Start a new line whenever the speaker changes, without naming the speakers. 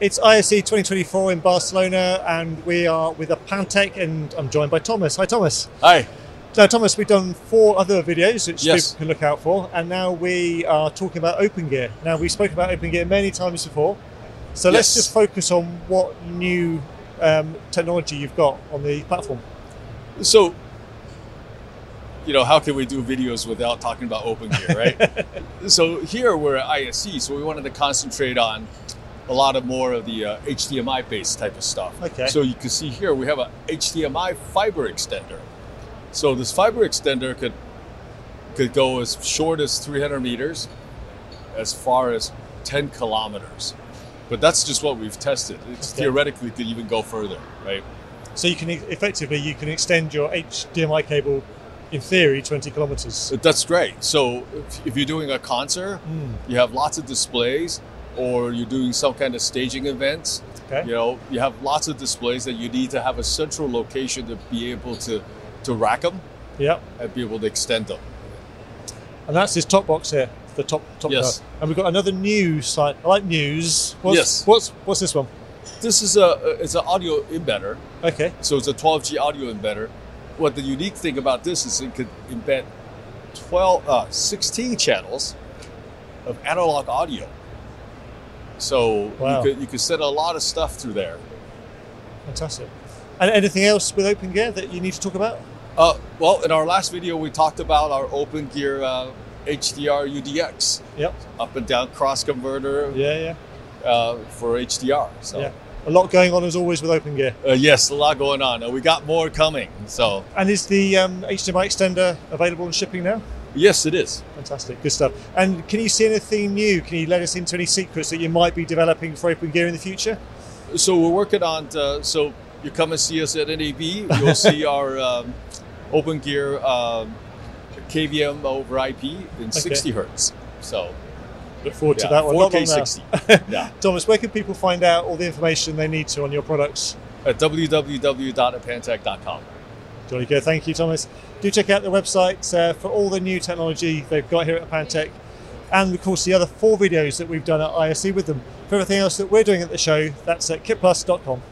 It's ISE 2024 in Barcelona, and we are with Apantec, and I'm joined by Thomas. Hi, Thomas.
Hi.
Now, Thomas, we've done four other videos which
Yes.
people can look out for, and now we are talking about Open Gear. Now, we spoke about Open Gear many times before, so let's
Yes.
just focus on what new um, technology you've got on the platform.
So, you know, how can we do videos without talking about open gear, right? so here we're at ISC, so we wanted to concentrate on a lot of more of the uh, HDMI-based type of stuff.
Okay.
So you can see here we have a HDMI fiber extender. So this fiber extender could could go as short as 300 meters, as far as 10 kilometers. But that's just what we've tested. It's
Okay.
theoretically could even go further, right?
So you can e, effectively you can extend your HDMI cable, in theory, 20 kilometers.
That's great. So if, if you're doing a concert,
Mm,
you have lots of displays, or you're doing some kind of staging events,
okay.
you know, you have lots of displays that you need to have a central location to be able to to rack them
yeah.
and be able to extend them.
And that's his top box here, the top top
Yes.
card. And we've got another news site. I like news. What's,
Yes.
What's what's this one?
This is a it's an audio embedder,
Okay.
so it's a 12G audio embedder. What the unique thing about this is it could embed 12, uh, 16 channels of analog audio. So
Wow.
you could you could send a lot of stuff through there.
Fantastic. And anything else with Open Gear that you need to talk about?
Uh, well, in our last video, we talked about our Open Gear uh, HDR UDX
Yep.
up and down cross converter
Yeah, yeah.
uh, for HDR. So,
Yeah. A lot going on as always with Open Gear.
uh, yes, a lot going on. Uh, we got more coming. So,
And is the um, HDMI extender available and shipping now?
yes, it is.
Fantastic, good stuff. And can you see anything new? Can you let us into any secrets that you might be developing for Open Gear in the future?
So, we're working on. Uh, so, you come and see us at NAB. You'll see our um, Open Gear um, KVM over IP in 60 hertz. So,
Look forward
yeah,
to that one. uh, Not long
4K
now.
60. yeah,
Thomas, where can people find out all the information they need to on your products?
at www.apantech.com.
Jolly good. Thank you, Thomas. Do check out the website uh, for all the new technology they've got here at Pantech and, of course, the E other four videos that we've done at ISC with them. For everything else that we're doing at the show, that's at kitplus.com.